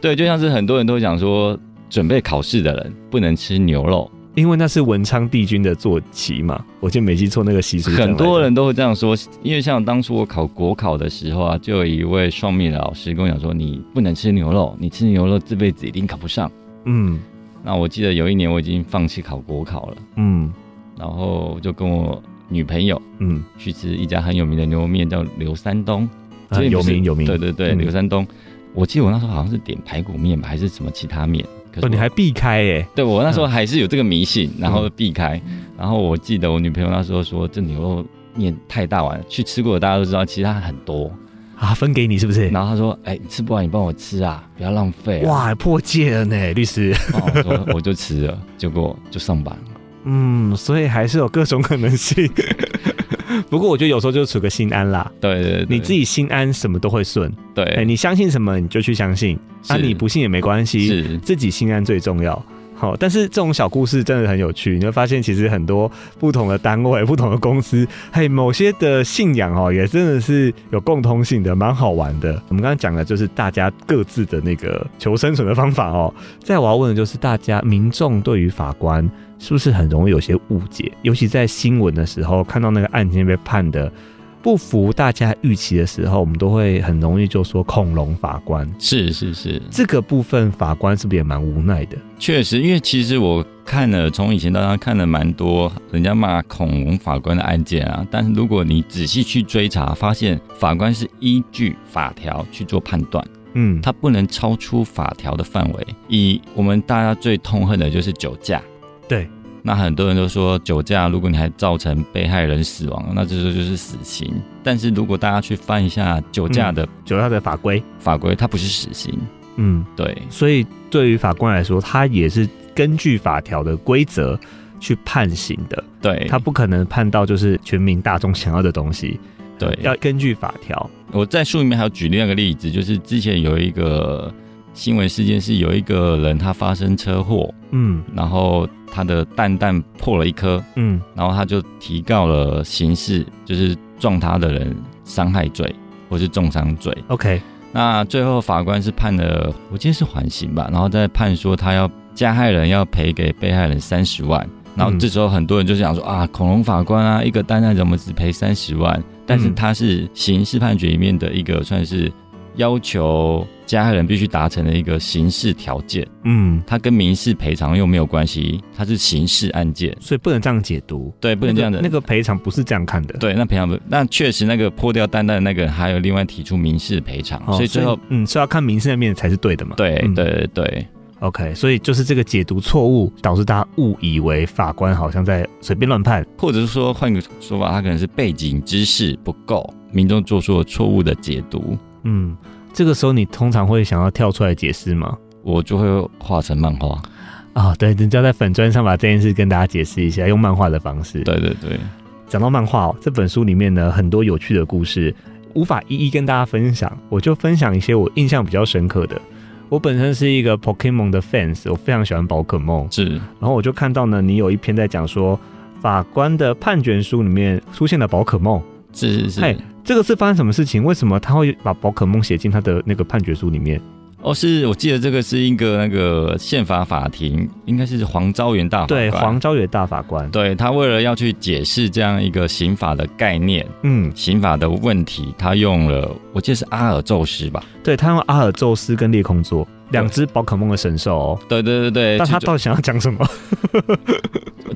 Speaker 2: 对，就像是很多人都讲说，准备考试的人不能吃牛肉，
Speaker 1: 因为那是文昌帝君的坐骑嘛。我记得没记错，那个习俗是这样
Speaker 2: 很
Speaker 1: 来的
Speaker 2: 多人都会这样说，因为像当初我考国考的时候啊，就有一位双面的老师跟我讲说，你不能吃牛肉，你吃牛肉这辈子一定考不上。
Speaker 1: 嗯
Speaker 2: 那我记得有一年我已经放弃考国考了，
Speaker 1: 嗯
Speaker 2: 然后我就跟我女朋友
Speaker 1: 嗯，
Speaker 2: 去吃一家很有名的牛肉面，叫刘三东，
Speaker 1: 啊
Speaker 2: 这边
Speaker 1: 有
Speaker 2: 不是
Speaker 1: 名有名。
Speaker 2: 对对对，
Speaker 1: 嗯
Speaker 2: 刘三东。我记得我那时候好像是点排骨面吧，还是什么其他面。可是
Speaker 1: 哦，你还避开耶？
Speaker 2: 对我那时候还是有这个迷信，然
Speaker 1: 嗯
Speaker 2: 后避开。然后我记得我女朋友那时候说，这牛肉面太大碗，去吃过的大家都知道，其实它很多。
Speaker 1: 啊，分给你是不是？
Speaker 2: 然后她说，哎、你吃不完你帮我吃啊，不要浪费、啊。
Speaker 1: 哇，破戒了呢，律师。
Speaker 2: 然后我说我就吃了，结果就上班了。
Speaker 1: 嗯，所以还是有各种可能性。 不过我觉得有时候就处个心安啦，
Speaker 2: 对对对，
Speaker 1: 你自己心安，什么都会顺。
Speaker 2: 对，
Speaker 1: 哎、你相信什么你就去相信，啊，
Speaker 2: 是
Speaker 1: 你不信也没关系，
Speaker 2: 是
Speaker 1: 自己心安最重要。好，但是这种小故事真的很有趣，你会发现其实很多不同的单位、不同的公司，嘿，某些的信仰哦，也真的是有共通性的，蛮好玩的。我们刚刚讲的就是大家各自的那个求生存的方法哦。再我要问的就是，大家民众对于法官是不是很容易有些误解？尤其在新闻的时候，看到那个案件被判的不符大家预期的时候，我们都会很容易就说恐龙法官。
Speaker 2: 是是是，
Speaker 1: 这个部分法官是不是也蛮无奈的？
Speaker 2: 确实，因为其实我看了从以前到现在看了蛮多人家骂恐龙法官的案件啊，但是如果你仔细去追查，发现法官是依据法条去做判断。
Speaker 1: 嗯，
Speaker 2: 它不能超出法条的范围。以我们大家最痛恨的就是酒驾，
Speaker 1: 对。
Speaker 2: 那很多人都说酒驾，如果你还造成被害人死亡，那这就就是死刑。但是如果大家去翻一下酒驾的
Speaker 1: 九大的法规，
Speaker 2: 法规，它不是死刑，
Speaker 1: 嗯，
Speaker 2: 对，
Speaker 1: 所以对于法官来说，他也是根据法条的规则去判刑的，
Speaker 2: 对，
Speaker 1: 他不可能判到就是全民大众想要的东西，
Speaker 2: 对。
Speaker 1: 要根据法条。
Speaker 2: 我在书里面还有举另外一个例子，就是之前有一个新闻事件，是有一个人他发生车祸，
Speaker 1: 嗯
Speaker 2: 然后他的蛋蛋破了一颗，
Speaker 1: 嗯，
Speaker 2: 然后他就提告了刑事，就是撞他的人伤害罪或是重伤罪。
Speaker 1: OK，
Speaker 2: 那最后法官是判了，我记得是缓刑吧，然后再判说他要加害人要赔给被害人三十万。然后这时候很多人就想说啊，恐龙法官啊，一个单案怎么只赔三十万？但是它是刑事判决里面的一个算是要求加害人必须达成的一个刑事条件，
Speaker 1: 嗯，
Speaker 2: 它跟民事赔偿又没有关系，它是刑事案件，
Speaker 1: 所以不能这样解读，
Speaker 2: 对，不能这样的。
Speaker 1: 那个那个赔偿不是这样看的，
Speaker 2: 对，那赔偿不，那确实那个破掉蛋蛋的那个还有另外提出民事赔偿，
Speaker 1: 哦，
Speaker 2: 所以最后
Speaker 1: 嗯是要看民事那面才是对的嘛，
Speaker 2: 对
Speaker 1: 嗯
Speaker 2: 对对对
Speaker 1: OK，所以就是这个解读错误，导致大家误以为法官好像在随便乱判。
Speaker 2: 或者是说换个说法，他可能是背景知识不够，民众做出了错误的解读，
Speaker 1: 嗯，这个时候你通常会想要跳出来解释吗？
Speaker 2: 我就会画成漫画。
Speaker 1: 啊、对，人家在粉砖上把这件事跟大家解释一下，用漫画的方式。
Speaker 2: 对对对，
Speaker 1: 讲到漫画、哦，这本书里面呢很多有趣的故事，无法一一跟大家分享，我就分享一些我印象比较深刻的。我本身是一个 Pokemon 的 fans，我非常喜欢宝可梦，
Speaker 2: 是
Speaker 1: 然后我就看到呢，你有一篇在讲说法官的判决书里面出现了宝可梦，
Speaker 2: 是是
Speaker 1: 嗨
Speaker 2: 是。
Speaker 1: 这个是发生什么事情？为什么他会把宝可梦写进他的那个判决书里面？
Speaker 2: 哦，是我记得这个是一个那个宪法法庭，应该是黄昭元大啊法
Speaker 1: 对，
Speaker 2: 官。
Speaker 1: 黄昭远大法官，
Speaker 2: 对他为了要去解释这样一个刑法的概念、
Speaker 1: 嗯，
Speaker 2: 刑法的问题，他用了我记得是阿尔宙斯吧？
Speaker 1: 对他用阿尔宙斯跟裂空座两只宝可梦的神兽、哦，
Speaker 2: 对对对对。
Speaker 1: 但他
Speaker 2: 就
Speaker 1: 到底想要讲什么？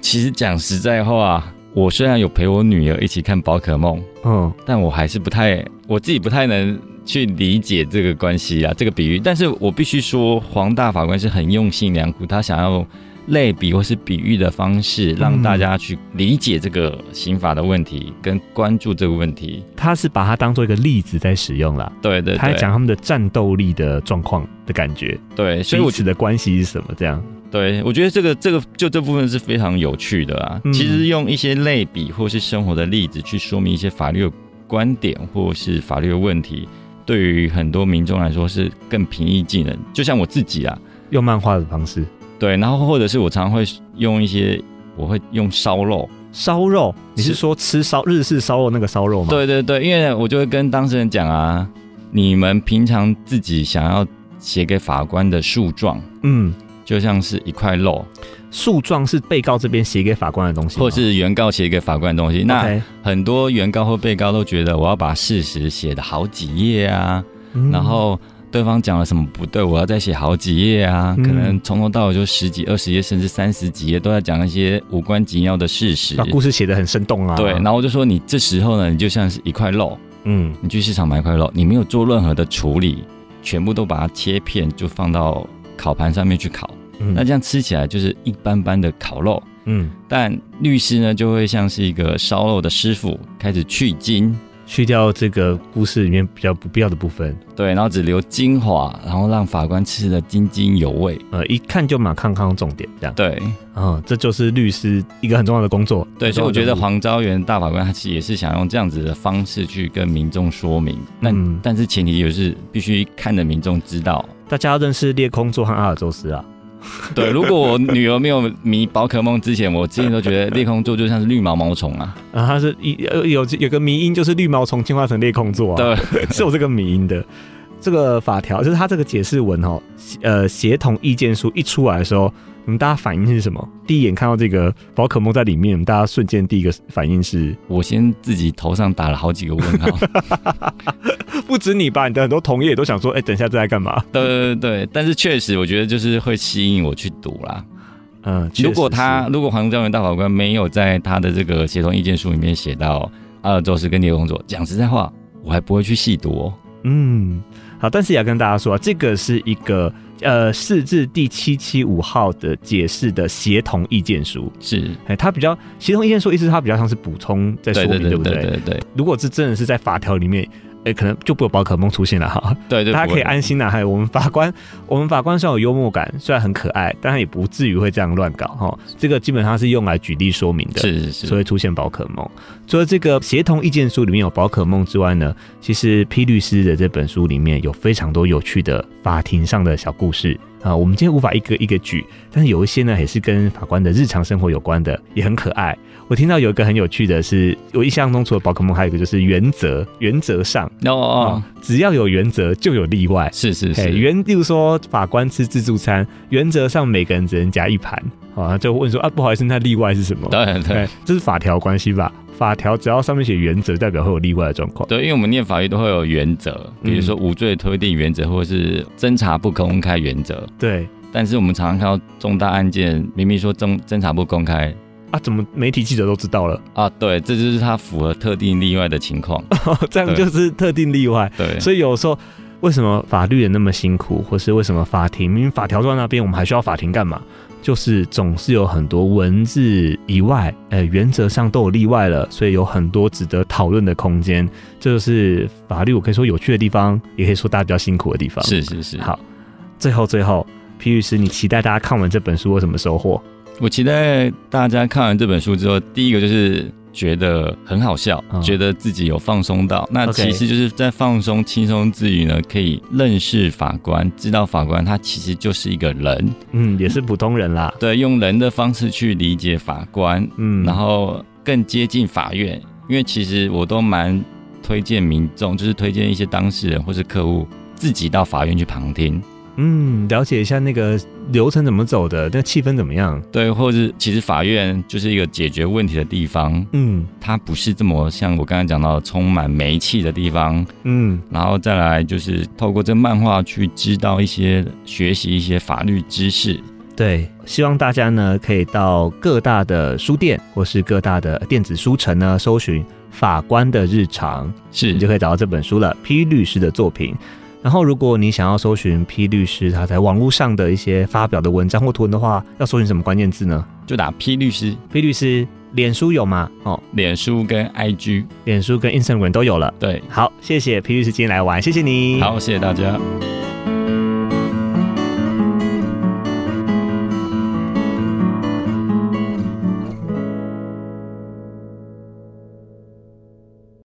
Speaker 2: 其实讲实在话，我虽然有陪我女儿一起看宝可梦，
Speaker 1: 嗯，
Speaker 2: 但我还是不太，我自己不太能去理解这个关系啊，这个比喻。但是我必须说，黄大法官是很用心良苦，他想要类比或是比喻的方式，
Speaker 1: 嗯
Speaker 2: 让大家去理解这个刑法的问题，跟关注这个问题。
Speaker 1: 他是把它当做一个例子在使用啦，
Speaker 2: 对对
Speaker 1: 他在
Speaker 2: 对，
Speaker 1: 讲他们的战斗力的状况的感觉，
Speaker 2: 对，所以
Speaker 1: 彼
Speaker 2: 我觉
Speaker 1: 此的关系是什么？这样，
Speaker 2: 对我觉得这个这个就这部分是非常有趣的啊。
Speaker 1: 嗯
Speaker 2: 其实用一些类比或是生活的例子去说明一些法律的观点或是法律的问题。对于很多民众来说是更平易近人，就像我自己啊，
Speaker 1: 用漫画的方式
Speaker 2: 对，然后或者是我常常会用一些，我会用烧肉。
Speaker 1: 烧肉，你是
Speaker 2: 是
Speaker 1: 说吃烧日式烧肉那个烧肉吗？，
Speaker 2: 对对对，因为我就会跟当事人讲啊，你们平常自己想要写给法官的诉状，
Speaker 1: 嗯，
Speaker 2: 就像是一块肉，
Speaker 1: 诉状是被告这边写给法官的东西吗，
Speaker 2: 或是原告写给法官的东西。那
Speaker 1: OK，
Speaker 2: 很多原告或被告都觉得我要把事实写的好几页啊，
Speaker 1: 嗯
Speaker 2: 然后对方讲了什么不对，我要再写好几页啊，
Speaker 1: 嗯
Speaker 2: 可能从头到尾就十几、二十页，甚至三十几页都在讲一些无关紧要的事实
Speaker 1: 把。故事写得很生动啊，
Speaker 2: 对，然后我就说你这时候呢，你就像是一块肉，
Speaker 1: 嗯，
Speaker 2: 你去市场买一块肉，你没有做任何的处理，全部都把它切片，就放到烤盘上面去烤。
Speaker 1: 嗯
Speaker 2: 那这样吃起来就是一般般的烤肉，
Speaker 1: 嗯，
Speaker 2: 但律师呢就会像是一个烧肉的师傅，开始去筋，
Speaker 1: 去掉这个故事里面比较不必要的部分，
Speaker 2: 对，然后只留精华，然后让法官吃得津津有味。
Speaker 1: 呃，一看就马康康重点这样，
Speaker 2: 对
Speaker 1: 嗯，这就是律师一个很重要的工作，
Speaker 2: 对，
Speaker 1: 很重
Speaker 2: 所以
Speaker 1: 要
Speaker 2: 我
Speaker 1: 的
Speaker 2: 觉得
Speaker 1: 任务
Speaker 2: 黄昭元大法官他其实也是想用这样子的方式去跟民众说明，那、
Speaker 1: 嗯
Speaker 2: 但是前提就是必须看着民众知 道
Speaker 1: 大家要认识裂空座和阿尔宙斯啊，
Speaker 2: 对，如果我女儿没有迷宝可梦之前，我之前都觉得裂空座就像是绿毛毛虫啊。
Speaker 1: 啊，他是一呃有有个迷因就是绿毛虫进化成裂空座啊，
Speaker 2: 对，
Speaker 1: 是有这个迷因的。这个法条就是他这个解释文哦，呃，协同意见书一出来的时候，你们大家反应是什么？第一眼看到这个宝可梦在里面，你们大家瞬间第一个反应是，
Speaker 2: 我先自己头上打了好几个问号。
Speaker 1: 不止你吧，你的很多同业也都想说，哎、等一下这在干嘛？
Speaker 2: 对对对对，但是确实我觉得就是会吸引我去读啦。
Speaker 1: 嗯，
Speaker 2: 如果
Speaker 1: 确实是
Speaker 2: 他如果黄教员大法官没有在他的这个协同意见书里面写到阿尔宙斯跟猎空座，讲实在话，我还不会去细读哦。
Speaker 1: 嗯，好，但是也要跟大家说、啊，这个是一个呃四至第七七五号的解释的协同意见书，
Speaker 2: 是，
Speaker 1: 哎，它比较协同意见书，意思是它比较像是补充在说
Speaker 2: 对对
Speaker 1: 明，
Speaker 2: 对
Speaker 1: 对不
Speaker 2: 对
Speaker 1: 对？
Speaker 2: 对对
Speaker 1: 如果是真的是在法条里面。哎，可能就不有宝可梦出现了哈，
Speaker 2: 对对，
Speaker 1: 大家可以
Speaker 2: 不会
Speaker 1: 安。心啦。还有我们法官， 我们法官虽然有幽默感，虽然很可爱，但他也不至于会这样乱搞哈。这个基本上是用来举例说明的。
Speaker 2: 是是
Speaker 1: 所
Speaker 2: 是，
Speaker 1: 以出现宝可梦。除了这个协同意见书里面有宝可梦之外呢，其实 P 律师的这本书里面有非常多有趣的法庭上的小故事啊、我们今天无法一个一个举，但是有一些呢也是跟法官的日常生活有关的，也很可爱。我听到有一个很有趣的是，我印象中除了宝可梦，还有一个就是原则，原则上啊、
Speaker 2: 哦哦，
Speaker 1: 只要有原则就有例外。
Speaker 2: 是是
Speaker 1: 嗯嘿
Speaker 2: 是，
Speaker 1: 原，例如说法官吃自助餐，原则上每个人只能夹一盘啊、啊，就问说啊，不好意思，那例外是什么？
Speaker 2: 对对
Speaker 1: 对，哎这是法条关系吧？法条只要上面写原则，代表会有例外的状况。
Speaker 2: 对，因为我们念法律都会有原则，比如说
Speaker 1: 嗯
Speaker 2: 无罪推定原则，或者是侦查不公开原则。
Speaker 1: 对
Speaker 2: 但是我们常常看到重大案件，明明说侦侦查不公开
Speaker 1: 啊，怎么媒体记者都知道了？
Speaker 2: 啊，对，这就是它符合特定例外的情况。
Speaker 1: 这样就是特定例外。
Speaker 2: 对，
Speaker 1: 所以有时候为什么法律人那么辛苦，或是为什么法庭明明法条都在那边，我们还需要法庭干嘛？就是总是有很多文字以外，呃，原则上都有例外了，所以有很多值得讨论的空间。这就是法律，我可以说有趣的地方，也可以说大家比较辛苦的地方。
Speaker 2: 是是是。
Speaker 1: 好，最后最后，皮律师，你期待大家看完这本书有什么收获？
Speaker 2: 我期待大家看完这本书之后，第一个就是觉得很好笑，
Speaker 1: 嗯
Speaker 2: 觉得自己有放松到。那
Speaker 1: OK
Speaker 2: 其实就是在放松、轻松之余呢，可以认识法官，知道法官他其实就是一个人，
Speaker 1: 嗯，也是普通人啦。
Speaker 2: 对，用人的方式去理解法官，
Speaker 1: 嗯，
Speaker 2: 然后更接近法院。因为其实我都蛮推荐民众，就是推荐一些当事人或是客户自己到法院去旁听，
Speaker 1: 嗯，了解一下那个流程怎么走的，那气氛怎么样？
Speaker 2: 对，或是其实法院就是一个解决问题的地方，
Speaker 1: 嗯
Speaker 2: 它不是这么像我刚才讲到的充满煤气的地方，
Speaker 1: 嗯，
Speaker 2: 然后再来就是透过这漫画去知道一些学习一些法律知识。
Speaker 1: 对，希望大家呢可以到各大的书店或是各大的电子书城呢搜寻《法官的日常》，
Speaker 2: 是
Speaker 1: 你就可以找到这本书了，P 律师的作品。然后，如果你想要搜寻 P 律师他在网络上的一些发表的文章或图文的话，要搜寻什么关键字呢
Speaker 2: 就打 P 律师，
Speaker 1: ？P 律师，脸书有吗？哦，
Speaker 2: 脸书跟 IG
Speaker 1: 脸书跟 Instagram 都有了。
Speaker 2: 对。
Speaker 1: 好，谢谢 P 律师今天来玩，谢谢你。
Speaker 2: 好，谢谢大家。